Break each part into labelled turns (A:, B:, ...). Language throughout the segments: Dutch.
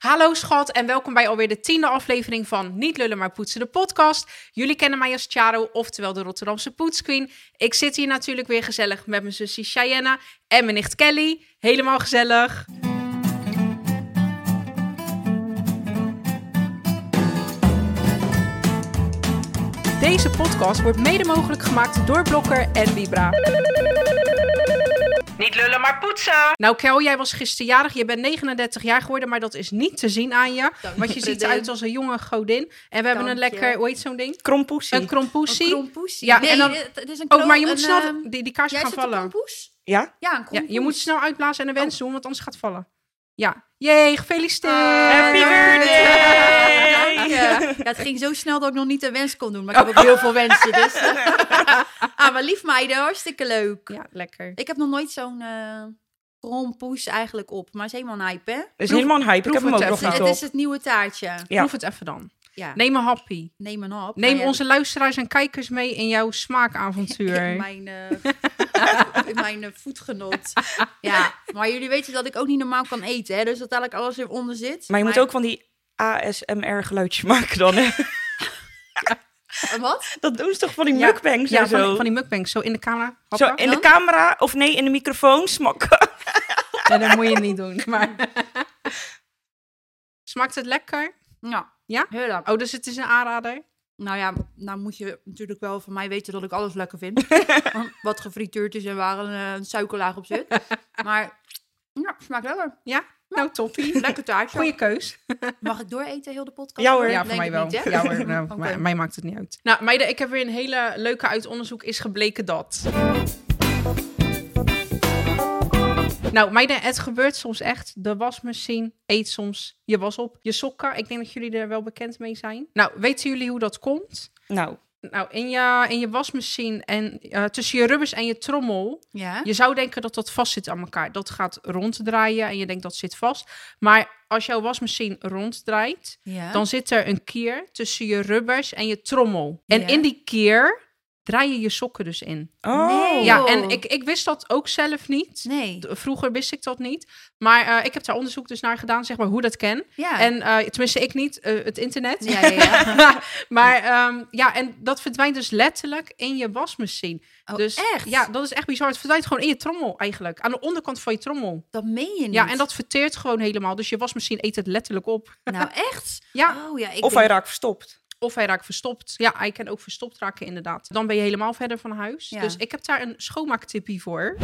A: Hallo schat en welkom bij alweer de tiende aflevering van Niet Lullen Maar Poetsen de podcast. Jullie kennen mij als Charo, oftewel de Rotterdamse poetsqueen. Ik zit hier natuurlijk weer gezellig met mijn zusje Cheyenne en mijn nicht Kelly. Helemaal gezellig. Deze podcast wordt mede mogelijk gemaakt door Blokker en Libra.
B: Niet lullen, maar poetsen.
A: Nou Kel, jij was gisterjarig. Je bent 39 jaar geworden, maar dat is niet te zien aan je. Want je ziet
B: vriendin.
A: eruit als een jonge godin. En we hebben een
B: Dank je.
A: lekker, hoe heet zo'n ding?
C: Krompoesie.
A: Een krompoesie.
B: krompoesie.
A: Ja,
B: nee,
A: en dan-
B: het, het is een
A: Ook,
B: kro-
A: maar je moet
B: een,
A: snel
B: ehm,
A: die, die kaarsje
B: Jij
A: gaan
B: zit een
A: vallen.
B: krompoes?
C: ja?
B: Ja, een
A: Ja,
B: krompoes. Oh.
A: je moet snel uitblazen en een wens doen, want anders gaat het vallen. Ja. Jee, gefeliciteerd.
C: Happy
A: Eh,
C: birthday!
B: Dank je. Ja, het ging zo snel dat ik nog niet een wens kon doen. Maar
A: Oh.
B: ik heb ook heel veel wensen, dus... ah, maar lief meiden, hartstikke leuk.
A: Ja, lekker.
B: Ik heb nog nooit zo'n eh krompoes eigenlijk op. Maar het is helemaal een hype, hè?
C: Dat is
A: Proef-
C: helemaal een hype. Ik
A: proef
C: heb hem ook
A: het
C: nog
A: even.
B: Het,
C: niet op.
B: het is het nieuwe taartje.
C: Ja.
A: Proef het even dan.
B: Ja,
A: Neem een happy.
B: neem een hap.
A: Neem
B: Nou ja,
A: onze luisteraars en kijkers mee in jouw smaakavontuur.
B: in mijn, eh, in mijn eh, voetgenot. Ja, maar jullie weten dat ik ook niet normaal kan eten, hè? Dus dat eigenlijk alles eronder zit.
C: Maar je moet ook van die ASMR geluidjes maken dan. Hè?
B: En Eh, wat?
C: Dat doen ze toch van die
A: Ja.
C: mukbangs
A: ja,
C: en zo.
A: van, die- van die mukbangs, zo in de camera.
C: zo
A: happen.
C: in de camera, of nee, in de microfoon smakken.
A: Ja, dat moet je niet doen. Maar... Smaakt het lekker?
B: Ja.
A: Ja?
B: Heel lang.
A: Oh, dus het is een aanrader.
B: Nou ja, nou moet je natuurlijk wel van mij weten dat ik alles lekker vind. Want wat gefrituurd is en waar een, eh, een suikerlaag op zit. Maar ja, smaakt lekker.
A: Ja? Nou, toppie.
B: Lekker taartje.
A: Goeie keus.
B: Mag ik dooreten heel de podcast?
C: Ja hoor.
B: Ik
A: Ja, voor
B: denk
A: mij
B: het
A: wel.
B: niet, hè?
A: ja, hoor, nou,
B: Oké.
A: mij, mij maakt het niet uit. Nou, meiden, ik heb weer een hele leuke uit onderzoek is gebleken dat. Nou, meiden, het gebeurt soms echt. De wasmachine eet soms je was op, je sokken. Ik denk dat jullie er wel bekend mee zijn. Nou, weten jullie hoe dat komt?
C: Nou,
A: Nou, in je, in je wasmachine en eh, tussen je rubbers en je trommel
B: Ja?
A: je zou denken dat dat vast zit aan elkaar. Dat gaat ronddraaien en je denkt dat zit vast. Maar als jouw wasmachine ronddraait,
B: ja?
A: dan zit er een kier tussen je rubbers en je trommel. En
B: Ja.
A: in die kier draai je je sokken dus in.
C: oh.
B: Nee.
A: Ja,
B: Oh.
A: en ik, ik wist dat ook zelf niet.
B: Nee.
A: D- Vroeger wist ik dat niet. Maar eh, ik heb daar onderzoek dus naar gedaan, zeg maar, hoe dat ken.
B: Ja.
A: En eh, tenminste, ik niet, eh, het internet.
B: ja, ja, ja.
A: maar ehm, ja, en dat verdwijnt dus letterlijk in je wasmachine.
B: Oh,
A: dus
B: echt?
A: ja, dat is echt bizar. Het verdwijnt gewoon in je trommel eigenlijk. Aan de onderkant van je trommel.
B: Dat meen je niet.
A: Ja, en dat verteert gewoon helemaal. Dus je wasmachine eet het letterlijk op.
B: Nou, echt?
A: Ja.
B: Oh, ja ik
C: Of
B: denk-
C: hij raakt verstopt.
A: Of hij raakt verstopt. Ja, hij kan ook verstopt raken inderdaad. Dan ben je helemaal verder van huis.
B: Ja.
A: Dus ik heb daar een schoonmaaktippie voor.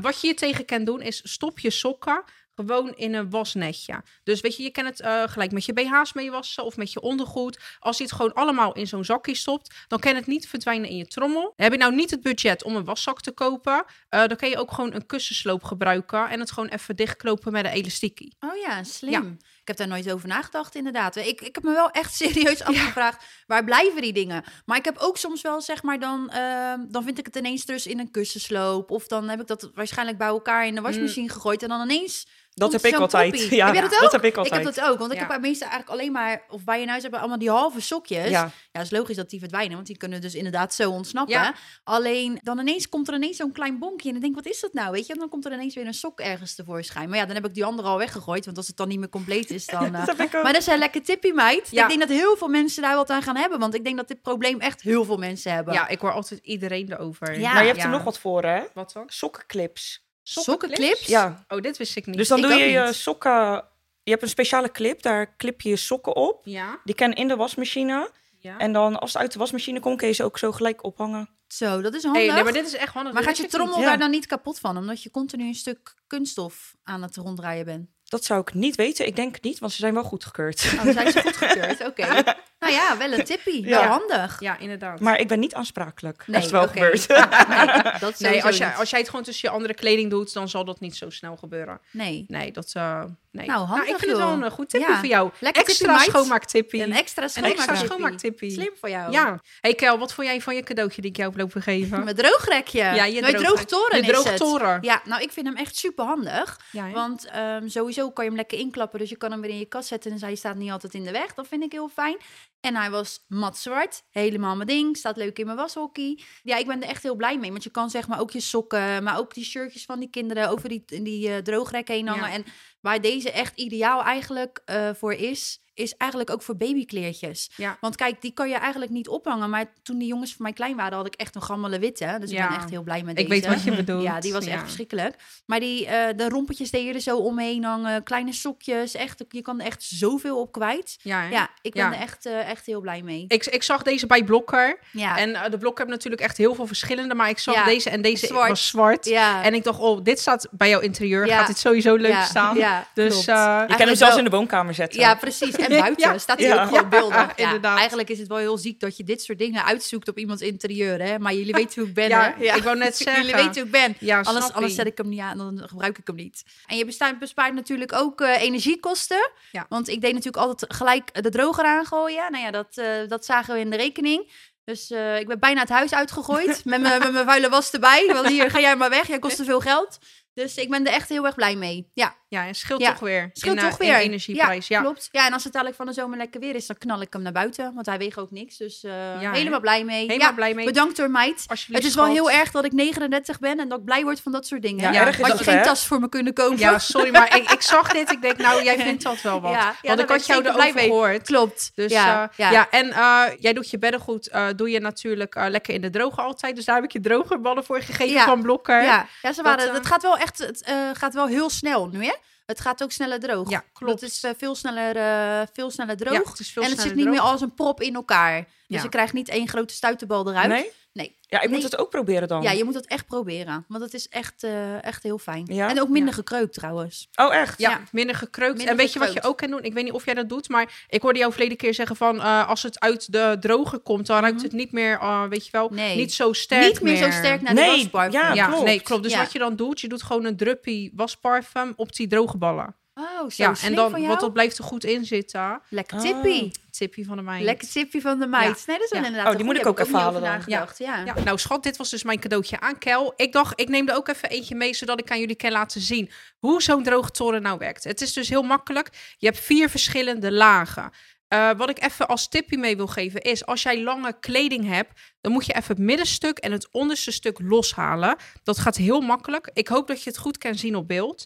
A: Wat je hier tegen kan doen is stop je sokken gewoon in een wasnetje. Dus weet je, je kan het eh, gelijk met je BH's mee wassen of met je ondergoed. Als je het gewoon allemaal in zo'n zakje stopt, dan kan het niet verdwijnen in je trommel. Heb je nou niet het budget om een waszak te kopen, eh, dan kan je ook gewoon een kussensloop gebruiken en het gewoon even dichtknopen met een elastiekie.
B: Oh ja, slim. Ik heb daar nooit over nagedacht, inderdaad. Ik, ik heb me wel echt serieus afgevraagd, waar blijven die dingen? Maar ik heb ook soms wel, zeg maar, dan, ehm, dan vind ik het ineens dus in een kussensloop. Of dan heb ik dat waarschijnlijk bij elkaar in de wasmachine gegooid. En dan ineens...
C: Dat
B: komt
C: heb ik
B: zo'n
C: altijd.
B: poppie.
C: Ja,
B: heb jij dat ook?
C: dat heb ik
B: Ik heb
C: altijd.
B: dat ook, want ik
A: Ja.
B: heb bij meestal eigenlijk alleen maar... Of bij je huis hebben allemaal die halve sokjes.
C: Ja.
B: Ja, het is logisch dat die verdwijnen, want die kunnen dus inderdaad zo ontsnappen.
A: Ja.
B: Alleen dan ineens komt er ineens zo'n klein bonkje en dan denk ik, wat is dat nou? Weet je, en dan komt er ineens weer een sok ergens tevoorschijn. Maar ja, dan heb ik die andere al weggegooid, want als het dan niet meer compleet is, dan. eh.
C: Dat heb ik ook.
B: Maar dat is een lekker tippie, meid.
A: Ja.
B: Ik denk dat heel veel mensen daar wat aan gaan hebben, want ik denk dat dit probleem echt heel veel mensen hebben.
A: Ja, ik hoor altijd iedereen erover.
B: Ja.
C: Maar je hebt
A: Ja.
C: er nog wat voor, hè?
A: Wat dan?
C: Sokkenclips.
B: Sokkenclips?
C: Ja.
A: Oh, dit wist ik niet.
C: Dus dan
B: Ik
C: doe je
B: ook
C: je
B: niet.
C: sokken... Je hebt een speciale clip, daar clip je je sokken op.
A: Ja.
C: Die kan in de wasmachine.
A: ja.
C: En dan, als ze uit de wasmachine komt, kun je ze ook zo gelijk ophangen.
B: Zo, dat is handig.
A: Hey, nee, maar dit is echt handig.
B: maar
A: Dit
B: gaat je
A: wist ik niet.
B: trommel
C: Ja.
B: daar dan niet kapot van, omdat je continu een stuk kunststof aan het ronddraaien bent?
C: Dat zou ik niet weten. Ik denk het niet, want ze zijn wel goedgekeurd.
B: Oh, zijn ze goedgekeurd? Oké. Nou ja, wel een tippie.
C: Ja.
B: Wel handig.
A: Ja, inderdaad.
C: Maar ik ben niet aansprakelijk.
B: Nee,
C: dat is wel
B: oké.
C: gebeurd.
B: Nee, dat
A: nee,
B: sowieso
A: als, jij,
B: niet.
A: als jij het gewoon tussen je andere kleding doet, dan zal dat niet zo snel gebeuren.
B: Nee.
A: Nee, dat... eh nee.
B: Nou, handig,
A: ik vind het wel
B: joh.
A: een eh, goed tipje
B: Ja.
A: voor jou.
B: Lekker
A: extra
B: tippie, meid.
A: schoonmaaktippie.
B: Een extra
A: Een extra
B: schoonmaaktippie.
A: schoonmaaktippie.
B: Slim voor jou.
A: Ja. hey Kel, wat vond jij van je cadeautje die ik jou heb lopen geven?
B: Mijn droogrekje.
A: Ja, je
B: Mijn
A: droogrekje.
B: eh, droogtoren
A: je
B: is het.
A: droogtoren.
B: Ja, nou, ik vind hem echt super handig.
A: Ja, hè?
B: Want ehm, sowieso kan je hem lekker inklappen. Dus je kan hem weer in je kast zetten. En hij staat niet altijd in de weg. Dat vind ik heel fijn. En hij was matzwart. Helemaal mijn ding. Staat leuk in mijn washockey. Ja, ik ben er echt heel blij mee. Want je kan zeg maar ook je sokken, maar ook die shirtjes van die kinderen over die, die eh, droogrek heen hangen.
A: Ja.
B: En waar deze echt ideaal eigenlijk eh, voor is, is eigenlijk ook voor babykleertjes.
A: Ja.
B: Want kijk, die kan je eigenlijk niet ophangen. Maar toen die jongens van mij klein waren, had ik echt een gammele witte. Dus
A: Ja.
B: ik ben echt heel blij met
A: Ik
B: deze.
A: weet wat je bedoelt.
B: Ja, die was echt verschrikkelijk. Maar die, eh, de rompetjes deden je er zo omheen hangen. Kleine sokjes. Echt, je kan er echt zoveel op kwijt.
A: Ja, hè?
B: Ja, ik ben
A: Ja.
B: er echt, eh, echt heel blij mee.
A: Ik, ik zag deze bij Blokker.
B: Ja.
A: En eh, de Blokker heeft natuurlijk echt heel veel verschillende. Maar ik zag
B: Ja.
A: deze en deze
B: Zwart.
A: was zwart.
B: ja.
A: En ik dacht, oh, dit staat bij jouw interieur.
B: Ja.
A: Gaat dit sowieso leuk
B: Ja,
A: staan?
B: Ja,
A: Dus
B: klopt.
A: eh,
B: Ja,
C: Je kan hem
B: Eigenlijk
C: zelfs
B: wel-
C: in de woonkamer zetten.
B: ja, precies. En buiten
A: Ja.
B: staat hij
C: Ja.
B: ook gewoon beelden. Ja,
A: inderdaad.
B: Eigenlijk is het wel heel ziek dat je dit soort dingen uitzoekt op iemands interieur. Hè? Maar jullie weten hoe ik ben.
A: ja,
B: hè? Ja.
A: ik wou net zeggen.
B: Jullie weten hoe ik ben.
A: ja,
B: Anders,
A: snap
B: anders
A: ie.
B: zet ik hem niet aan, dan gebruik ik hem niet. En je bespaart, bespaart natuurlijk ook eh, energiekosten.
A: Ja.
B: Want ik deed natuurlijk altijd gelijk de droger aangooien. Nou ja, dat, eh, dat zagen we in de rekening. Dus eh, ik ben bijna het huis uitgegooid. met mijn met mijn vuile was erbij. Want hier, ga jij maar weg. Jij kost te veel geld. Dus ik ben er echt heel erg blij mee. Ja,
A: Ja, en scheelt
B: Ja.
A: toch weer.
B: scheelt
A: in, eh,
B: toch weer.
A: In energieprijs, ja.
B: klopt. Ja, en als het dadelijk van de zomer lekker weer is, dan knal ik hem naar buiten. Want hij weegt ook niks. Dus eh, helemaal blij mee.
A: Helemaal
B: ja,
A: blij mee.
B: bedankt hoor, meid.
A: Alsjeblieft,
B: Het is wel
A: schat.
B: heel erg dat ik 39 ben en dat ik blij word van dat soort dingen.
C: Ja,
A: Ja,
C: erg is
B: Had
C: dat,
B: je geen
C: hè?
B: tas voor me kunnen kopen?
A: Ja, sorry, maar ik, ik zag dit. Ik denk, nou, jij vindt dat wel wat.
B: Ja, ja, daar
A: Want
B: ben
A: ik had
B: ik
A: jou
B: zeker
A: erover
B: blij mee.
A: gehoord.
B: Klopt.
A: Dus
B: ja,
A: ja, ja. en eh, jij doet je beddengoed, eh doe je natuurlijk eh, lekker in de droger altijd. Dus daar heb ik je drogerballen voor gegeven
B: Ja.
A: van Blokker.
B: Ja, ja, ze waren,
A: Dat, eh,
B: het gaat wel echt het, eh, gaat wel heel snel nu, hè? Het gaat ook sneller droog.
A: Ja, klopt.
B: Het is eh, veel, sneller, eh, veel sneller droog.
A: Ja, het is veel
B: en het zit
A: sneller
B: niet
A: droog.
B: meer als een prop in elkaar. Dus
A: Ja.
B: je krijgt niet één grote stuiterbal eruit.
C: Nee?
B: Nee.
C: Ja, ik moet
B: Nee.
C: het ook proberen dan.
A: Oh.
B: Ja, je moet dat echt proberen. Want het is echt, eh, echt heel fijn.
C: Ja?
B: En ook minder
A: Ja.
B: gekreuk trouwens.
C: Oh, echt?
A: Ja,
B: Ja.
A: minder gekreukt.
B: Minder
A: en weet je wat
B: gekreukt.
A: je ook kan doen? Ik weet niet of jij dat doet, maar ik hoorde jou verleden keer zeggen van... eh, als het uit de droger komt, dan ruikt het niet meer, eh, weet je wel,
B: Mhm. Nee.
A: niet zo sterk
B: niet meer, zo sterk naar de
C: Nee,
B: wasbar.
C: ja.
A: Ja,
C: klopt.
A: nee, klopt. Dus
B: Ja.
A: wat je dan doet, je doet gewoon een druppie wasparfum op die droge ballen.
B: Oh, zo
A: Ja, en
B: slim van
A: dan, Oh.
B: jou.
A: want dat blijft er goed in zitten.
B: Lekker
C: Ah.
B: tippie.
A: Tipje van de meid.
B: Lekker tipje van de meid.
A: Ja.
B: Nee, dat is wel
A: Ja.
B: inderdaad
C: Oh,
B: een
C: die
B: goeie.
C: moet ik ook
B: Heb
C: even
B: niet
C: halen
B: over
A: dan.
B: nagedacht. Ja.
A: Ja, nou schat, dit was dus mijn cadeautje aan Kel. Ik dacht, ik neem er ook even eentje mee, zodat ik aan jullie kan laten zien hoe zo'n droogtoren nou werkt. Het is dus heel makkelijk. Je hebt vier verschillende lagen. Eh, wat ik even als tipje mee wil geven is, als jij lange kleding hebt, dan moet je even het middenstuk en het onderste stuk loshalen. Dat gaat heel makkelijk. Ik hoop dat je het goed kan zien op beeld.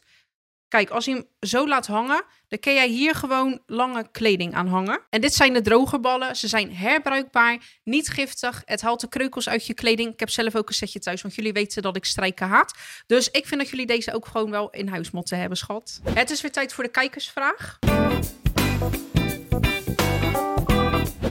A: Kijk, als je hem zo laat hangen, dan kun jij hier gewoon lange kleding aan hangen. En dit zijn de droge ballen. Ze zijn herbruikbaar, niet giftig. Het haalt de kreukels uit je kleding. Ik heb zelf ook een setje thuis, want jullie weten dat ik strijken haat. Dus ik vind dat jullie deze ook gewoon wel in huis moeten hebben, schat. Het is weer tijd voor de kijkersvraag.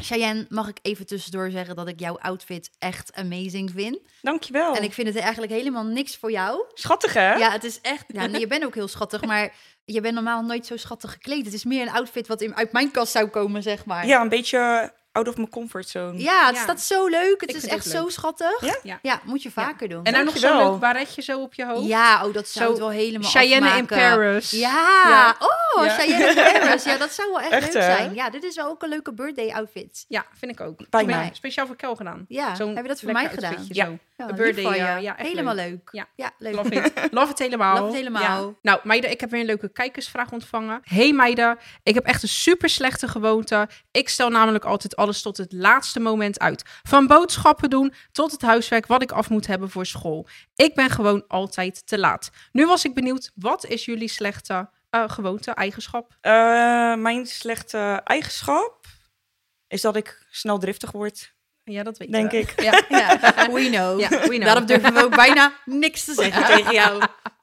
B: Cheyenne, mag ik even tussendoor zeggen dat ik jouw outfit echt amazing vind.
C: Oh. Dankjewel.
B: En ik vind het eigenlijk helemaal niks voor jou.
C: Schattig, hè?
B: Ja, het is echt... Ja, nee, je bent ook heel schattig, maar je bent normaal nooit zo schattig gekleed. Het is meer een outfit wat in, uit mijn kast zou komen, zeg maar.
C: Ja, een beetje out of my comfortzone.
B: Ja, het
A: Ja.
B: staat zo leuk.
A: Ik
B: Het is
A: vind het
B: echt
A: ook
B: zo schattig.
C: Ja?
A: Ja.
B: moet je
A: Ja.
B: vaker doen.
A: En dan nog zo'n
C: Dankjewel.
A: leuk baretje zo op je hoofd.
B: ja, oh, dat zou
A: Zo
B: het wel helemaal
A: Cheyenne in
B: afmaken.
A: Paris.
B: Ja,
A: Ja.
B: oh,
A: Ja.
B: Cheyenne in Paris. Ja, dat zou wel echt,
C: Echt,
B: leuk
C: hè?
B: zijn. Ja, dit is wel ook een leuke birthday outfit.
A: Ja, vind ik ook.
C: Bij
A: Ik ben
C: mij.
A: Speciaal voor Kel gedaan.
B: Ja,
A: Zo'n
B: heb je dat voor mij
A: lekker
B: gedaan?
A: outfitje
C: Ja.
A: zo.
B: Ja,
A: Een
B: lief
A: birthday, eh,
B: van je.
A: ja, ja, echt
B: helemaal
A: leuk.
B: leuk.
A: Ja.
B: leuk.
A: Love it. Love it helemaal.
B: Love it helemaal.
A: Ja. Nou, meiden, ik heb weer een leuke kijkersvraag ontvangen. Hey meiden, ik heb echt een super slechte gewoonte. Ik stel namelijk altijd alles tot het laatste moment uit. Van boodschappen doen tot het huiswerk wat ik af moet hebben voor school. Ik ben gewoon altijd te laat. Nu was ik benieuwd, wat is jullie slechte eh, gewoonte, eigenschap?
C: Eh, mijn slechte eigenschap is dat ik snel driftig word,
A: Ja, dat weet
C: denk
A: we.
C: ik.
A: Ja,
B: Ja, we know.
A: ja, we know.
B: Daarom durven we ook bijna niks te zeggen tegen jou.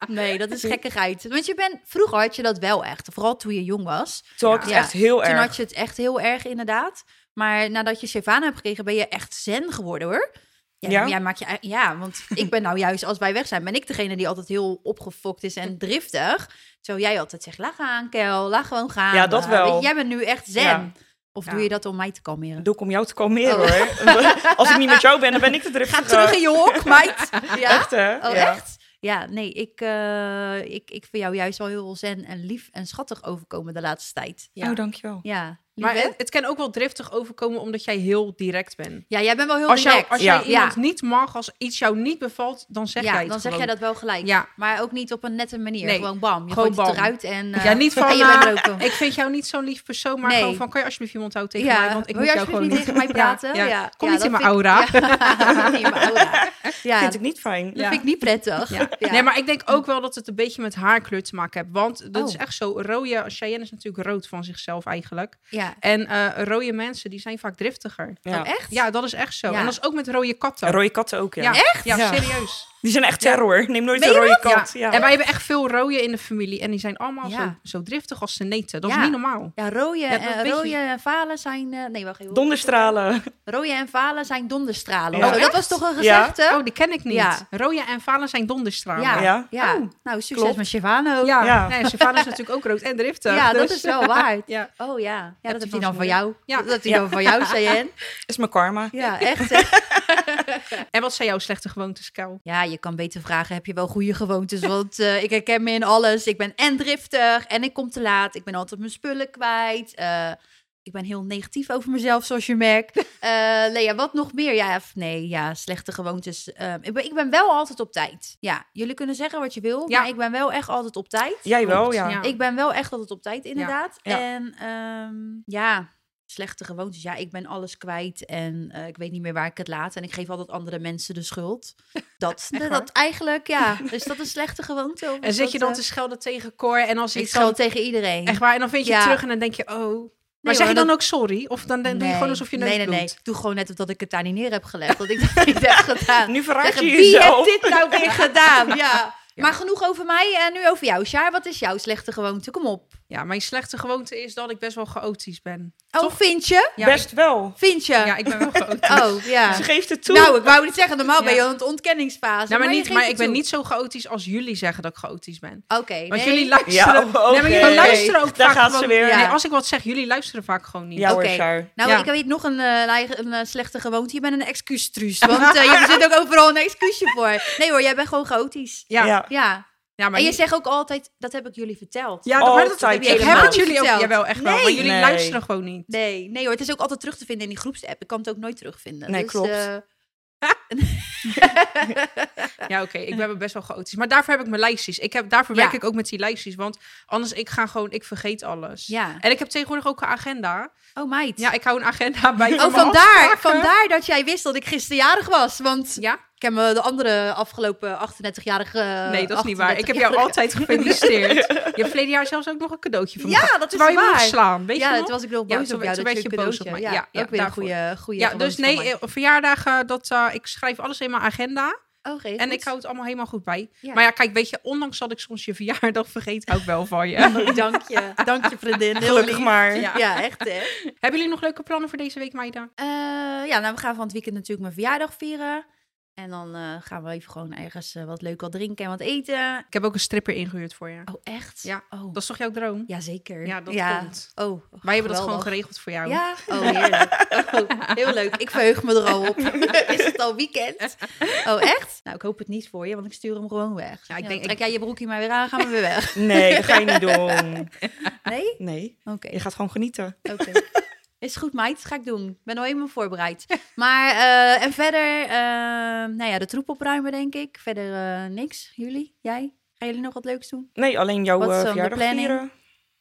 B: Nee, dat is gekkigheid. Want je bent, vroeger had je dat wel echt. Vooral toen je jong was.
C: Toen had ik het
B: Ja.
C: echt heel
B: Toen
C: erg.
B: had je het echt heel erg, inderdaad. Maar nadat je Sylvana hebt gekregen, ben je echt zen geworden, hoor. Ja,
C: Ja?
B: jij maakt je, ei- ja, want ik ben nou juist, als wij weg zijn, ben ik degene die altijd heel opgefokt is en driftig. Terwijl jij altijd zegt, laat gaan, Kel, laat gewoon gaan.
C: Ja, dat
B: Eh,
C: wel.
B: weet je, jij bent nu echt zen.
C: Ja.
B: Of
A: Ja.
B: doe je dat om mij te kalmeren?
C: Doe ik om jou te kalmeren, hoor. eh, Als ik niet met jou ben, dan ben ik de
B: Ga
C: driftige.
B: terug in je hok, meid. Ja?
C: Echt, hè?
B: Oh,
C: ja.
B: echt? Ja, nee, ik, eh, ik, ik vind jou juist wel heel zen en lief en schattig overkomen de laatste tijd.
A: Ja.
C: Oh, dankjewel.
B: Ja,
A: Maar
B: Lieve?
A: het, het kan ook wel driftig overkomen omdat jij heel direct bent.
B: Ja, jij bent wel heel
A: Als, jou,
B: direct.
A: als
C: Ja.
A: jij iemand niet mag, als iets jou niet bevalt, dan zeg
B: ja,
A: jij het
B: dan zeg
A: gewoon.
B: jij dat wel gelijk.
A: Ja.
B: Maar ook niet op een nette manier.
A: Nee,
B: Gewoon bam. Je
A: gewoon
B: gooit het
A: bam.
B: eruit en... eh,
A: Ja, niet van,
B: en je
A: eh,
B: bent er ook een-
A: Ik vind jou niet zo'n lief persoon, maar
B: Nee.
A: gewoon van... kan je alsjeblieft je mond houden tegen
B: ja,
A: mij, want ik
B: wil
A: moet
B: je
A: jou
B: alsjeblieft
A: gewoon
B: niet tegen mij praten?
A: Ja,
B: Ja,
A: ja.
B: ja.
A: Kom niet
B: dat
A: in mijn
B: vind-
A: aura.
B: Ja, niet in mijn aura. Ja,
C: Vind ik niet fijn.
B: dat
A: Ja.
B: vind ik niet prettig. Ja.
A: Nee, maar ik denk ook wel dat het een beetje met haarkleur te maken heeft. Want dat
B: Oh.
A: is echt zo. Rode, Cheyenne is natuurlijk rood van zichzelf eigenlijk.
B: Ja.
A: En eh, rode mensen, die zijn vaak driftiger.
C: Ja.
B: Oh, echt?
A: Ja, dat is echt zo.
B: Ja.
A: En dat is ook met rode katten.
C: En Rode katten ook, ja.
A: Echt? Ja,
C: Ja.
A: serieus.
C: Die zijn echt terror. Neem nooit
B: Meen
C: een
B: je
C: rode kat.
A: Ja.
C: Ja.
A: En wij hebben echt veel rode in de familie. En die zijn allemaal
B: Ja.
A: zo, zo driftig als ze neten. Dat
B: Ja.
A: is niet normaal.
B: Ja, rode,
A: dat is een
B: eh,
A: beetje-
B: rode en valen zijn... eh, nee, wacht even.
C: Donderstralen.
B: Rode en valen zijn donderstralen.
C: Ja.
B: Oh,
A: Oh,
B: dat
A: echt?
B: was toch een
C: Ja.
B: gezegde?
A: Oh, die ken ik niet.
B: Ja.
A: Rode en Valen zijn donderstralen.
B: Ja, ja.
C: Ja.
A: Oh,
B: nou, succes
C: klopt.
B: met Shivano.
A: Ja,
C: Ja.
A: Nee, zijn vader is natuurlijk ook rood en driftig.
B: Ja, dat
A: dus-
B: is wel waar.
A: Ja.
B: Oh ja, ja dat
A: je
B: heb je
A: vast
B: dan van
A: mooi.
B: jou.
A: Ja.
B: Dat heb je
C: Ja.
B: dan van jou, Cheyenne.
C: is mijn karma.
B: Ja, echt. hè?
A: En wat zijn jouw slechte gewoontes, Kel?
B: Ja, je kan beter vragen, heb je wel goede gewoontes? Want eh, ik herken me in alles. Ik ben en driftig en ik kom te laat. Ik ben altijd mijn spullen kwijt. Eh, ik ben heel negatief over mezelf, zoals je merkt. Eh Lea, wat nog meer? Ja, of nee, ja, slechte gewoontes. Ehm, ik, ben, ik ben wel altijd op tijd. Ja, jullie kunnen zeggen wat je wil,
A: Ja.
B: maar ik ben wel echt altijd op tijd.
C: Jij wel,
A: Klopt,
C: ja.
A: ja.
B: Ik ben wel echt altijd op tijd, inderdaad.
C: Ja.
B: En ehm, ja, slechte gewoontes. Ja, ik ben alles kwijt en eh, ik weet niet meer waar ik het laat. En ik geef altijd andere mensen de schuld. Dat,
A: Echt waar?
B: dat eigenlijk, ja. Is dat een slechte gewoonte? Of
A: En
B: is
A: zit
B: dat,
A: je dan
B: eh,
A: te schelden tegen Cor en als
B: Ik
A: iets
B: scheld
A: dan...
B: tegen iedereen.
A: Echt waar, en dan vind je het
B: Ja.
A: terug en dan denk je, oh... Maar
B: Nee,
A: zeg
B: hoor,
A: je dan
B: dat-
A: ook sorry? Of dan, dan doe je
B: Nee.
A: gewoon alsof je
B: Nee,
A: niks
B: nee,
A: doet?
B: nee. Ik doe gewoon net of dat ik het daar niet neer heb gelegd. Dat ik dat niet heb gedaan.
C: Nu verraad
B: Zeggen,
C: je
B: wie heeft
C: jezelf.
B: dit nou weer gedaan? Ja. Maar genoeg over mij en nu over jou, Sjaar. Wat is jouw slechte gewoonte? Kom op.
A: Ja, mijn slechte gewoonte is dat ik best wel chaotisch ben.
B: Oh,
A: Toch?
B: vind je?
A: Ja,
C: Best wel.
B: Vind je?
A: Ja, ik ben wel chaotisch. Nou,
B: Oh, ja.
C: Ze geeft het toe.
B: Nou, ik wou niet zeggen, normaal ben je
A: Ja.
B: aan het ontkenningsfase.
A: nou, maar,
B: je
A: niet,
B: geeft
A: maar
B: het
A: ik ben
B: toe.
A: niet zo chaotisch als jullie zeggen dat ik chaotisch ben.
B: Oké,
A: Want
B: nee.
A: jullie luisteren...
C: Ja, oh,
A: Nee, maar jullie
C: oké.
A: luisteren ook
C: Daar
A: vaak
C: gaat ze
A: gewoon-
C: weer.
A: Nee,
B: Ja.
A: als ik wat zeg, jullie luisteren vaak gewoon niet.
C: Ja hoor,
B: Oké.
C: Sjaar.
B: Nou,
A: Ja.
B: ik weet nog een, eh, lage- een eh, slechte gewoonte. Je bent een excuustruus. Want eh, je zit ook overal een excuusje voor. Nee hoor, jij bent gewoon chaotisch.
A: Ja, ja.
C: Ja.
B: Ja.
A: maar
B: en je
A: niet-
B: zegt ook altijd, dat heb ik jullie verteld.
A: ja, Oh, dat- maar dat-
C: Altijd
A: Ik heb
B: helemaal
A: het
B: niet
A: jullie ook...
B: verteld.
A: Jawel, echt wel. Maar
B: Nee.
A: jullie
C: Nee.
A: luisteren gewoon niet.
B: Nee, nee hoor, het is ook altijd terug te vinden in die groepsapp. Ik kan het ook nooit terugvinden.
C: Nee,
B: Dus,
C: klopt.
B: eh,
A: Ja, oké. Ik ben best wel chaotisch. Maar daarvoor heb ik mijn lijstjes. Ik heb, daarvoor werk
B: Ja.
A: ik ook met die lijstjes. Want anders, ik ga gewoon... Ik vergeet alles.
B: ja.
A: En ik heb tegenwoordig ook een agenda.
B: Oh meid.
A: Ja, ik hou een agenda bij van
B: oh,
A: mijn
B: vandaar,
A: afspraken.
B: vandaar dat jij wist dat ik gisteren jarig was. Want
A: Ja?
B: ik heb me de andere afgelopen 38-jarige... eh,
A: Nee, dat is niet waar. Ik heb jou
B: 38-jarige
A: altijd gefeliciteerd. Je hebt verleden jaar zelfs ook nog een cadeautje van me
B: Ja, dat is
A: Terwijl je me
B: waar.
A: moest slaan, weet
B: ja,
A: je
B: het
A: nog?
B: was ik heel
A: Ja,
B: boos
A: toen
B: op
A: werd-
B: jou.
A: toen
B: dat
A: werd je
B: een
A: boos op
B: cadeautje-
A: mij. Ja,
B: ook weer een
A: daarvoor.
B: goede, goede
A: Ja, dus
B: gewoonte van
A: nee,
B: mij.
A: eh, verjaardagen, dat, eh, ik schrijf alles in mijn agenda.
B: Oh, oké,
A: En
B: goed.
A: ik hou het allemaal helemaal goed bij.
B: Ja.
A: Maar ja, kijk, weet je, ondanks dat ik soms je verjaardag vergeet, hou ik wel van je.
B: Dank je. Dank je, vriendin. Heel
C: Gelukkig
B: lief.
C: maar.
A: Ja.
B: Ja, echt hè. Eh,
A: Hebben jullie nog leuke plannen voor deze week, meiden?
B: ja, nou, we gaan van het weekend natuurlijk mijn verjaardag vieren. En dan eh, gaan we even gewoon ergens eh, wat leuk wat drinken en wat eten.
A: Ik heb ook een stripper ingehuurd voor je.
B: Oh, echt?
A: Ja,
B: Oh,
A: Dat is toch jouw droom?
B: jazeker.
A: Ja, dat komt.
B: Oh,
A: Wij hebben dat
B: geweldig.
A: gewoon geregeld voor jou.
B: Ja, oh heerlijk. Oh, heel leuk. Ik verheug me er al op. Is het al weekend? Oh, echt? Nou, ik hoop het niet voor je, want ik stuur hem gewoon weg.
A: Ja, ik
B: dan
A: denk-
B: trek jij je broekje maar weer aan, gaan we weer weg.
C: Nee, dat ga je niet doen.
B: Nee?
C: Nee,
B: Oké.
C: je gaat gewoon genieten.
B: Oké. Is goed, meid. Ga ik doen. Ik ben al helemaal voorbereid. Maar, eh, en verder, eh, nou ja, de troep opruimen, denk ik. Verder eh, niks. Jullie? Jij? Gaan jullie nog wat leuks doen?
C: Nee, alleen jouw
B: Wat is
C: eh,
B: dan de
C: verjaardag
B: planning?
C: vieren.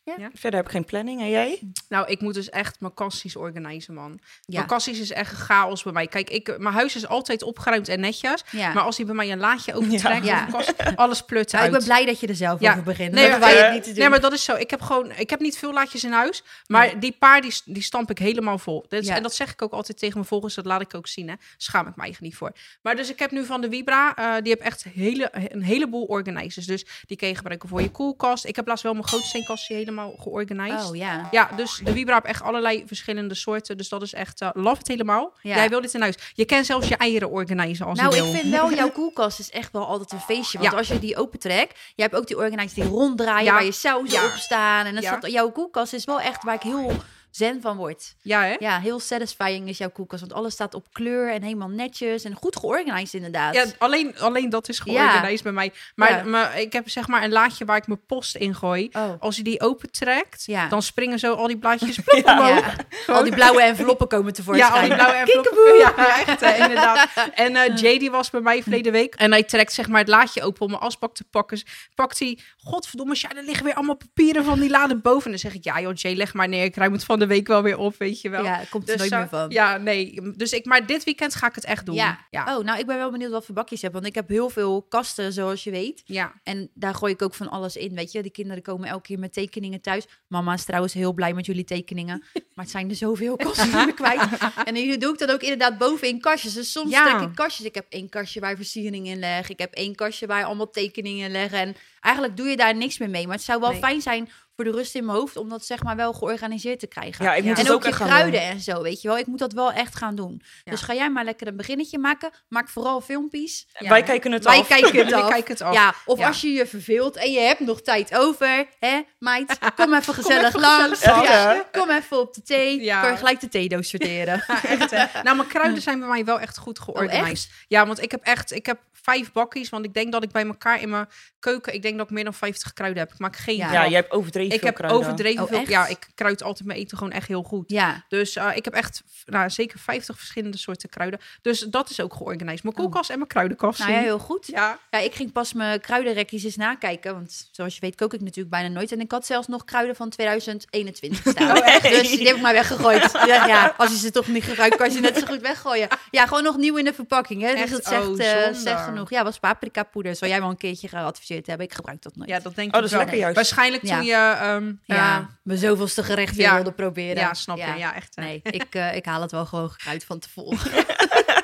B: Ja.
A: Ja.
C: Verder heb ik geen planning. En jij?
A: Nou, ik moet dus echt mijn kassies organiseren, man.
B: Ja.
A: Mijn kassies is echt een chaos bij mij. Kijk, ik, mijn huis is altijd opgeruimd en netjes.
B: Ja.
A: Maar als hij bij mij een laadje overtrekt,
B: Ja.
A: of een kast, alles plut
B: Nou,
A: uit.
B: ik ben blij dat je er zelf
A: Ja.
B: over begint.
A: Nee, maar-
B: dat wij het
C: eh,
B: niet te doen.
A: Nee, maar dat is zo. Ik heb gewoon, ik heb niet veel laadjes in huis, maar die paar die, die stamp ik helemaal vol. Dat is-
B: Ja.
A: En dat zeg ik ook altijd tegen mijn volgers. Dat laat ik ook zien. Hè. Schaam ik me eigenlijk niet voor. Maar dus ik heb nu van de Vibra, eh, die heb echt hele, een heleboel organizers. Dus die kun je gebruiken voor je koelkast. Ik heb laatst wel mijn grootsteenkastje helemaal georganiseerd.
B: Oh, ja.
A: Ja, dus de Vibra heeft echt allerlei verschillende soorten. Dus dat is echt, eh love het helemaal.
B: Ja.
A: Jij wil dit in huis. Je kan zelfs je eieren organiseren als
B: nou,
A: je
B: ik
A: wil.
B: vind wel, jouw koelkast is echt wel altijd een feestje. Want
A: Ja.
B: als je die opentrekt, je hebt ook die organisaties die ronddraaien,
A: Ja.
B: waar je sausen
A: Ja.
B: op staan. En dat
A: Ja.
B: staat- jouw koelkast is wel echt waar ik heel zen van wordt.
A: Ja, hè?
B: Ja, heel satisfying is jouw koelkast. Want alles staat op kleur en helemaal netjes en goed georganiseerd inderdaad.
A: Ja, alleen, alleen dat is georganiseerd bij mij. Maar,
B: Ja.
A: maar ik heb zeg maar een laadje waar ik mijn post in gooi.
B: Oh.
A: Als je die opentrekt,
B: Ja.
A: dan springen zo al die blaadjes omhoog.
B: Ja, al die blauwe enveloppen komen
A: Ja, al
B: tevoorschijn.
A: die blauwe enveloppen. Ja, echt, eh, inderdaad. En eh Jay die was bij mij verleden week. En hij trekt zeg maar het laadje open om mijn asbak te pakken. Dus pakt hij, godverdomme, ja, er liggen weer allemaal papieren van die laden boven. En dan zeg ik, ja joh, Jay, leg maar neer. Ik ruim het van de week wel weer op, weet je wel.
B: Ja, komt
A: Dus,
B: er nooit
A: eh,
B: meer van.
A: Ja, nee. Dus ik, maar dit weekend ga ik het echt doen.
B: Ja.
A: Ja.
B: Oh, nou, ik ben wel benieuwd wat voor bakjes je hebt. Want ik heb heel veel kasten, zoals je weet.
A: ja.
B: En daar gooi ik ook van alles in, weet je. De kinderen komen elke keer met tekeningen thuis. Mama is trouwens heel blij met jullie tekeningen. Maar het zijn er zoveel kasten die we kwijt. En nu doe ik dat ook inderdaad boven in kastjes. Dus soms
A: Ja.
B: trek ik kastjes. Ik heb één kastje waar versiering in leg. Ik heb één kastje waar allemaal tekeningen in leggen. En eigenlijk doe je daar niks meer mee. Maar het zou wel
A: Nee.
B: fijn zijn voor de rust in mijn hoofd... om dat zeg maar wel georganiseerd te krijgen.
C: Ja, ik
A: Ja.
C: moet
B: En
C: het
B: ook,
C: ook
B: je
C: echt gaan
B: kruiden
C: doen.
B: en zo, weet je wel. Ik moet dat wel echt gaan doen.
A: Ja.
B: Dus ga jij maar lekker een beginnetje maken. Maak vooral filmpjes.
A: Ja.
C: Wij kijken het
B: Wij
C: af.
B: kijken het
A: Jullie
B: af.
A: kijken het af.
B: Ja, of
A: Ja.
B: als je je verveelt en je hebt nog tijd over, hè, meid, kom even gezellig
A: even
B: langs.
C: gezellig
B: ja.
C: langs.
B: Kom even op de thee.
A: Ja.
B: Kan je gelijk de theedoos sorteren.
A: Ja, echt, hè. Nou, mijn kruiden zijn bij mij wel echt goed georganiseerd. ja, want ik heb echt, ik heb vijf bakkies, want ik denk dat ik bij elkaar in mijn keuken, ik denk dat ik meer dan 50 kruiden heb. Ik maak geen.
B: Ja.
A: grap.
C: Ja, jij hebt overdreven
A: ik
C: veel
A: heb
C: kruiden.
A: overdreven
B: Oh,
A: veel.
B: echt?
A: Ja, ik kruid altijd mijn eten gewoon echt heel goed.
B: ja. Nou
A: Dus eh, ik heb echt nou, zeker 50 verschillende soorten kruiden. Dus dat is ook georganiseerd. Mijn
B: Oh.
A: koelkast en mijn kruidenkast.
B: Nou ja, heel goed. Ja.
A: ja.
B: ik ging pas mijn kruidenrekjes eens nakijken. Want zoals je weet kook ik natuurlijk bijna nooit. En ik had zelfs nog kruiden van 2021 staan.
C: Oh, echt?
B: Dus die heb ik maar weggegooid. Ik dacht, ja, als je ze toch niet gebruikt, kan je ze net zo goed weggooien. Ja, gewoon nog nieuw in de verpakking. Hè? Dus
A: Echt?
B: dat zegt,
A: Oh,
B: eh,
A: zonde.
B: zegt genoeg. Ja, was paprika poeder. Zou jij wel een keertje geadviseerd hebben. Ik gebruik dat nooit.
A: Ja, dat denk ik
C: Oh, dat is
A: wel.
C: lekker juist.
A: Waarschijnlijk
B: Ja.
A: toen je... ehm, eh,
B: Ja, mijn zoveelste gerecht weer
A: Ja.
B: wilde proberen.
A: ja, snap je. Ja, echt. hè.
B: Nee, ik, eh, ik haal het wel gewoon gekruid van tevoren.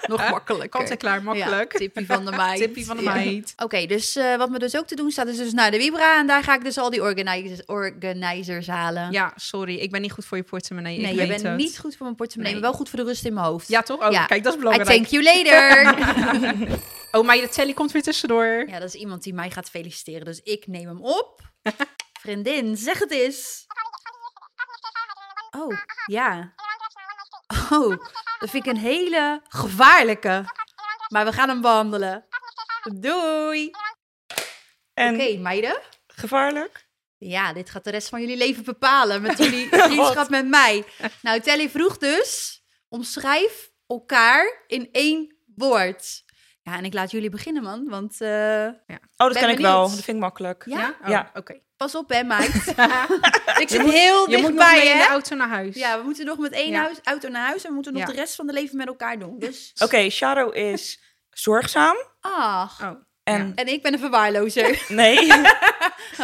B: Nog makkelijker.
A: Kant en klaar, makkelijk.
B: Ja, tippie van de meid.
A: Tippie van de
B: Ja.
A: meid.
B: Oké, dus eh, wat me dus ook te doen staat, is dus naar de Vibra. En daar ga ik dus al die organizers, organizers halen.
A: Ja, sorry. Ik ben niet goed voor je portemonnee.
B: nee,
A: ik
B: je
A: weet
B: bent
A: het.
B: niet goed voor mijn portemonnee,
A: Nee.
B: maar wel goed voor de rust in mijn hoofd.
A: Ja, toch? Oh,
B: Ja.
A: kijk, dat is
B: I
A: belangrijk.
B: thank you later.
A: Oh, maar de telly komt weer tussendoor.
B: ja, dat is iemand die mij gaat feliciteren, dus ik neem hem op. Vriendin, zeg het eens. Oh, ja. Oh, dat vind ik een hele gevaarlijke. Maar we gaan hem behandelen. Doei. Oké,
C: En
B: meiden.
C: gevaarlijk?
B: Ja, dit gaat de rest van jullie leven bepalen met jullie vriendschap met mij. Nou, Telly vroeg dus, omschrijf elkaar in één woord. Ja, en ik laat jullie beginnen, man, want eh,
C: Oh, dat
B: Ben
C: kan ik wel.
B: benieuwd.
C: Dat vind ik makkelijk.
B: ja,
A: Oh,
C: Ja.
A: Oké.
B: pas op hè, meid. ik zit heel
A: Je moet nog
B: dichtbij,
A: mee in
B: hè.
A: de auto naar huis.
B: Ja, we moeten nog met één
A: Ja.
B: huis, auto naar huis en we moeten nog
A: Ja.
B: de rest van de leven met elkaar doen. Dus,
C: Oké, Shadow is zorgzaam.
B: ach.
A: Oh.
C: En
B: En ik ben een verwaarlozer.
C: nee.
B: Oh,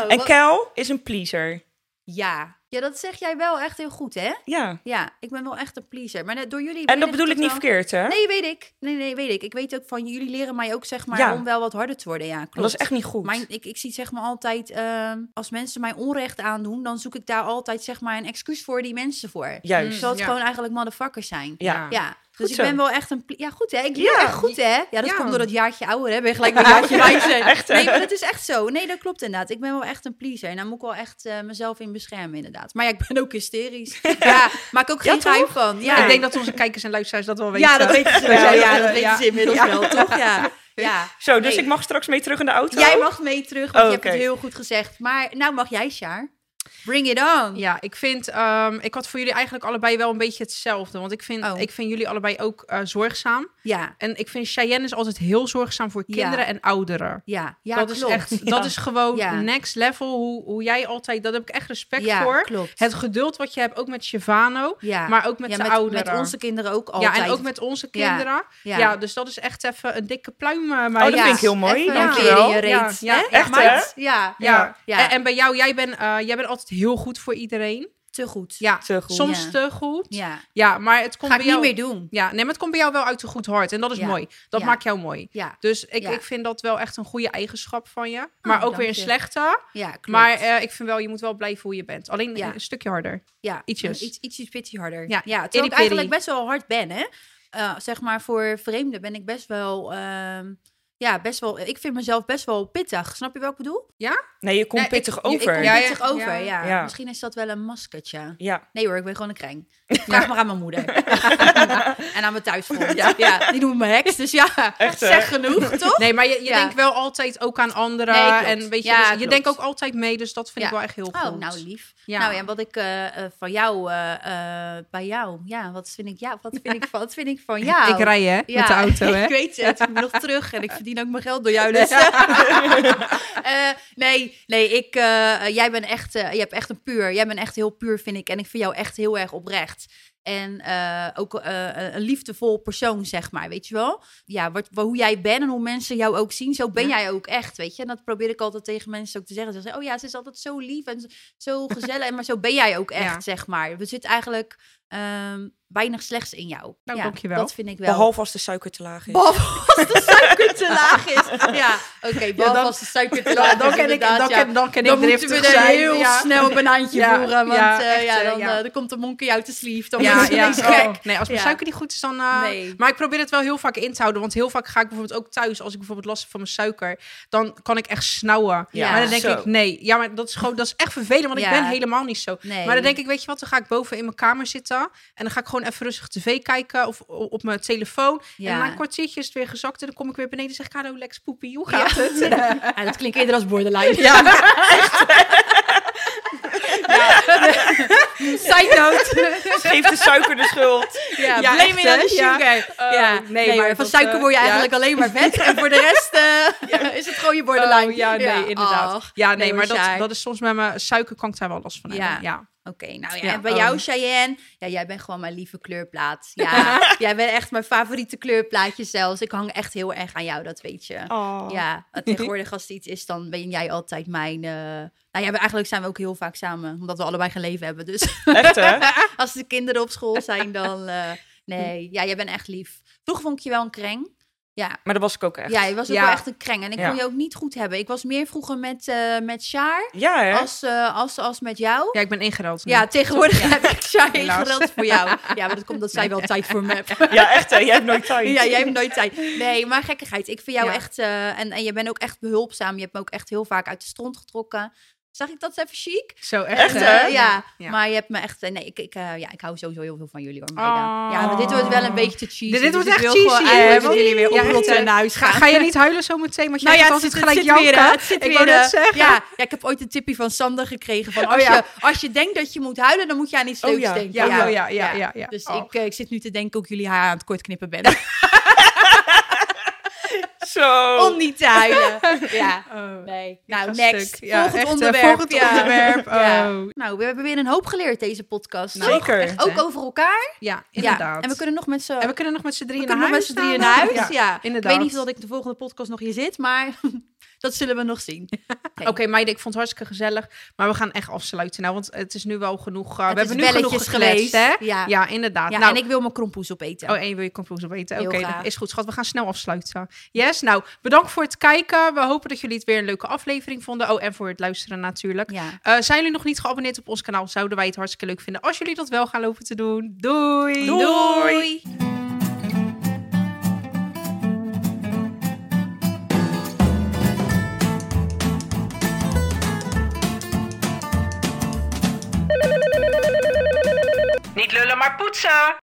C: en
B: wat-
C: Kel is een pleaser.
B: Ja. Ja, dat zeg jij wel echt heel goed, hè?
C: Ja.
B: Ja, ik ben wel echt een pleaser. Maar net door jullie...
C: En dat
B: weet
C: bedoel ik niet
B: wel-
C: verkeerd, hè?
B: Nee, weet ik. Nee, nee, weet ik. Ik weet ook van jullie leren mij ook, zeg maar,
C: Ja.
B: om wel wat harder te worden. Ja, klopt.
C: dat is echt niet goed.
B: Mijn, ik, ik zie zeg maar altijd, ehm, als mensen mij onrecht aandoen, dan zoek ik daar altijd zeg maar een excuus voor die mensen voor.
C: Juist.
B: Zodat het
A: ja.
B: gewoon eigenlijk motherfuckers zijn.
C: Ja.
A: Ja.
B: Ja,
C: Goed
B: dus ik
C: zo.
B: ben wel echt een... pli- Ja, goed hè? Ik leer
C: Ja.
B: echt goed hè? Ja, dat
A: Ja.
B: komt door dat jaartje ouder hè? Ben je gelijk weer een jaartje wijzer.
C: Echt, hè?
B: Nee, maar dat is echt zo. Nee, dat klopt inderdaad. Ik ben wel echt een pleaser. En daar moet ik wel echt eh, mezelf in beschermen inderdaad. Maar ja, ik ben ook hysterisch. ja, maak ook
C: Ja,
B: geen
C: toch?
B: geheim van. Ja,
A: Ik denk dat onze kijkers en luisteraars dat wel weten.
B: ja, dat weten ze wel. Ja,
A: Ja,
B: dat
A: ja,
B: weten
A: ja.
B: ze inmiddels
C: Ja.
B: wel, toch? Ja. ja.
C: Zo, dus
B: Nee.
C: ik mag straks mee terug in de auto?
B: Jij mag mee terug, want
C: Oh,
B: je hebt het
C: oké.
B: heel goed gezegd. Maar nou mag jij, Sjaar. Bring it on.
A: Ja, ik vind, ehm, ik had voor jullie eigenlijk allebei wel een beetje hetzelfde. Want ik vind,
B: Oh.
A: ik vind jullie allebei ook eh, zorgzaam.
B: Ja,
A: En ik vind Cheyenne is altijd heel zorgzaam voor
B: Ja.
A: kinderen en ouderen.
B: ja, ja,
A: dat
B: klopt.
A: is echt, dat is gewoon
B: Ja.
A: next level. Hoe, hoe jij altijd, dat heb ik echt respect
B: ja,
A: voor.
B: klopt.
A: Het geduld wat je hebt, ook met Shivano,
B: ja.
A: maar ook met
B: Ja,
A: de
B: met,
A: ouderen.
B: met onze kinderen ook altijd.
A: ja, en ook met onze
B: Ja.
A: kinderen. Ja,
B: Ja,
A: dus dat is echt even een dikke pluim. eh,
C: Oh,
A: meid.
C: dat vind ik heel mooi.
B: Even een
C: Dankjewel.
B: keer in je reet.
A: Ja, ja,
B: hè?
C: echt,
B: meid?
C: hè?
B: Ja,
A: Ja.
B: ja.
A: En, en bij jou, jij bent, eh, jij bent altijd heel goed voor iedereen.
B: te goed.
A: Ja,
C: Te goed.
A: soms
B: Ja.
A: te goed. Ja.
B: Ja.
A: maar het komt
B: Ga ik
A: bij
B: niet
A: jou...
B: meer doen.
A: Ja, nee, maar het komt bij jou wel uit een goed hart. En dat is
B: Ja.
A: mooi. Dat
B: Ja.
A: maakt jou mooi.
B: Ja,
A: Dus ik,
B: Ja. Oh,
A: ik vind dat wel echt een goede eigenschap van je. Maar ook
B: dank
A: weer een
B: je.
A: slechte.
B: ja klopt.
A: Maar eh, ik vind wel, je moet wel blijven hoe je bent. Alleen
B: Ja.
A: een stukje harder.
B: Ja,
A: Ietsjes.
B: Iets, ietsjes pitty harder. Ja,
A: Ja,
B: ja terwijl
A: itty
B: ik eigenlijk
A: pitty.
B: best wel hard ben, hè. Eh, zeg maar, voor vreemden ben ik best wel... ehm, ja, best wel. Ik vind mezelf best wel pittig. Snap je wat ik bedoel?
C: Nee, je komt
B: Nee, ik-
C: pittig
B: je- Ik
C: over.
B: kom
A: Ja, ja,
B: pittig over,
A: ja.
B: ja.
C: Ja.
B: Misschien is dat wel een maskertje.
C: ja.
B: Nee hoor, ik ben gewoon een kreng. Vraag maar aan mijn moeder. en aan mijn thuisvriend. Ja. die noemt me heks, dus ja,
C: Echt, hè?
B: zeg genoeg, toch?
A: Nee, maar je, je
B: Ja.
A: denkt wel altijd ook aan anderen.
B: Nee, klopt.
A: en weet je,
B: Ja,
A: dus je
B: klopt.
A: denkt ook altijd mee, dus dat vind
B: Ja.
A: ik wel echt heel goed.
B: Oh, nou lief.
A: Ja.
B: Nou ja, en wat ik eh, eh, van jou, eh, eh, bij jou, ja, wat vind ik, ja, wat vind ik, van, wat vind ik van jou?
A: Ik rij hè,
B: Ja,
A: met de auto hè.
B: Ik weet het, ik moet nog terug en ik verdien ook mijn geld door jou. Dus. Eh, nee, nee, ik, eh, eh, jij bent echt, eh, jij hebt echt een puur. Jij bent echt heel puur, vind ik. En ik vind jou echt heel erg oprecht. En eh, ook eh, een- een liefdevol persoon, zeg maar, weet je wel? Ja, wat, wa- hoe jij bent en hoe mensen jou ook zien, zo ben
A: Ja.
B: jij ook echt, weet je? En dat probeer ik altijd tegen mensen ook te zeggen. Ze zeggen, oh ja, ze is altijd zo lief en zo gezellig. maar zo ben jij ook echt,
A: Ja.
B: zeg maar. Er zit eigenlijk ehm, weinig slechts in jou.
A: Nou,
B: ja,
A: dankjewel.
B: Dat vind ik wel.
C: Behalve als de suiker te laag is.
B: Behalve als de suiker te laag is. Ja, oké, behalve
A: dan-
B: als de suiker te laag is.
A: dan ken ik,
B: inderdaad,
A: dan
B: ja.
A: ken, dan ken
B: Dan
A: ik
B: moeten we
A: driftig
B: er
A: zijn.
B: heel
A: ja.
B: snel een banaantje
A: Ja,
B: voeren, want
A: ja,
B: eh,
A: echt,
B: ja,
A: eh,
B: dan,
A: ja.
B: eh, dan komt de monkey uit de sleeve. Dan
A: Ja,
B: is
A: ja.
B: ineens gek.
A: Oh, Nee, als mijn
B: Ja.
A: suiker niet goed is, dan... eh,
B: Nee.
A: Maar ik probeer het wel heel vaak in te houden. Want heel vaak ga ik bijvoorbeeld ook thuis... als ik bijvoorbeeld last heb van mijn suiker... dan kan ik echt snauwen.
B: Ja.
A: Maar dan denk
C: Zo.
A: ik, nee. Ja, maar dat is, gewoon, dat is echt vervelend, want
B: Ja.
A: ik ben helemaal niet zo.
B: Nee.
A: Maar dan denk ik, weet je wat, dan ga ik boven in mijn kamer zitten... en dan ga ik gewoon even rustig tv kijken of o- op mijn telefoon. En na een kwartiertje is het weer gezakt... en dan kom ik weer beneden en zeg ik... hallo Lex Poepie, hoe gaat het?
B: Ja, dat klinkt eerder als borderline.
A: Ja.
B: Side note.
C: Geef de suiker de schuld.
B: Ja,
A: Ja,
B: blame
A: echt,
B: it on
A: hè?
B: the sugar. ja. Oh,
A: nee,
B: nee,
A: maar
B: maar van
A: dat,
B: suiker
A: eh,
B: word je
A: ja.
B: eigenlijk alleen maar vet. En voor de rest eh, is het gewoon je borderline.
A: Oh, ja, nee, inderdaad.
B: ach.
A: ja, nee,
B: nee,
A: maar
B: hoor,
A: dat,
B: Sjaak.
A: dat is soms met mijn suiker... kan ik daar wel last van
B: Ja.
A: hebben. Ja.
B: Oké, nou ja,
A: Ja,
B: en bij
A: oh.
B: jou, Cheyenne, ja, jij bent gewoon mijn lieve kleurplaat. Ja, jij bent echt mijn favoriete kleurplaatje zelfs. Ik hang echt heel erg aan jou, dat weet je.
C: Oh.
B: Ja, tegenwoordig als er iets is, dan ben jij altijd mijn... eh, Nou ja, we- eigenlijk zijn we ook heel vaak samen, omdat we allebei geen leven hebben. Dus
C: Echt, hè?
B: als de kinderen op school zijn, dan... eh, nee, ja, jij bent echt lief. Vroeger vond ik je wel een kreng. Ja,
C: Maar dat was ik ook echt.
B: ja je was ook
A: Ja.
B: wel echt een kreng. En ik
C: Ja.
B: kon je ook niet goed hebben. Ik was meer vroeger met, eh met Sjaar
C: Ja, hè?
B: als, eh, als, als met jou.
A: Ja, ik ben ingereld. nu.
B: Ja, tegenwoordig heb ik zij
A: Helaas.
B: ingereld voor jou. Ja, maar dat komt dat zij wel tijd voor me heeft.
C: Ja, echt, hè? Jij hebt nooit tijd.
B: Ja, jij hebt nooit tijd. Nee, maar gekkigheid. Ik vind jou
A: Ja.
B: echt... eh, en, en je bent ook echt behulpzaam. Je hebt me ook echt heel vaak uit de stront getrokken. Zag ik dat even chic?
A: Zo echt,
C: Echt,
B: Eh,
C: hè?
B: ja.
A: Ja.
B: maar je hebt me echt... eh, Nee, ik, ik, eh, ja, ik hou sowieso heel veel van jullie hoor.
A: Oh.
B: Maida. Ja, maar dit wordt wel een beetje te cheesy.
A: Dit,
B: dus
A: wordt
B: ik
A: echt
B: wil
A: cheesy.
B: gewoon
A: hè?
B: eigenlijk dat
A: Want-
B: jullie weer
A: Ja, echt,
B: oprotten
A: hè?
B: en naar huis
A: Ga,
B: gaan.
A: ga je niet huilen zo meteen? Want jij
B: Nou ja,
A: gaat
B: het
A: altijd
B: zit- het
A: gelijk
B: zit weer,
A: janken.
B: hè? Het zit
A: ik
B: weer,
A: wou
B: eh,
A: net zeggen. Oh
B: Ja, ja, ik heb ooit een tipje van Sander gekregen. Van als,
A: ja.
B: je, als je denkt dat je moet huilen, dan moet je aan iets
C: Oh
B: leuks
C: ja,
B: denken.
A: Ja, ja, ja, ja, ja, ja.
B: Dus
A: Oh.
B: ik, eh, ik zit nu te denken ook jullie haar aan het kort knippen ben.
C: Zo.
B: Om niet te huilen. Ja.
A: Oh.
B: Nee. Nou,
A: ga
B: next.
A: stuk. Ja,
B: volgend
A: echt, eh,
B: onderwerp.
A: volgend
B: ja.
A: onderwerp.
B: Ja.
A: Oh.
B: Nou, we hebben weer een hoop geleerd deze podcast.
A: Nou,
B: toch?
C: Zeker.
A: echt, hè?
B: Ook over elkaar.
A: Ja,
B: Ja.
A: inderdaad.
B: En we kunnen nog met z'n...
A: En we kunnen nog met z'n drieën
B: we
A: naar
B: kunnen nog met
A: huis.
B: z'n drieën
A: samen.
B: naar huis. Ja. Ik
A: inderdaad.
B: weet niet of ik de volgende podcast nog hier zit, maar dat zullen we nog zien.
A: Oké, meiden, ik vond het hartstikke gezellig. Maar we gaan echt afsluiten nou, want het is nu wel genoeg. eh,
B: Het
A: we
B: is
A: hebben nu genoeg
B: belletjes
A: gekletst, hè?
B: geweest. Ja.
A: inderdaad.
B: Ja,
A: nou,
B: en ik wil mijn krompoes opeten.
A: Oh, en je wil je conclusie weten.
B: Heel
A: Oké,
B: graag.
A: dat is goed, schat. We gaan snel afsluiten. Yes, nou, bedankt voor het kijken. We hopen dat jullie het weer een leuke aflevering vonden. Oh, en voor het luisteren natuurlijk.
B: Ja.
A: Eh, zijn jullie nog niet geabonneerd op ons kanaal? Zouden wij het hartstikke leuk vinden als jullie dat wel gaan lopen te doen. Doei!
B: Doei.
A: Niet lullen, maar poetsen!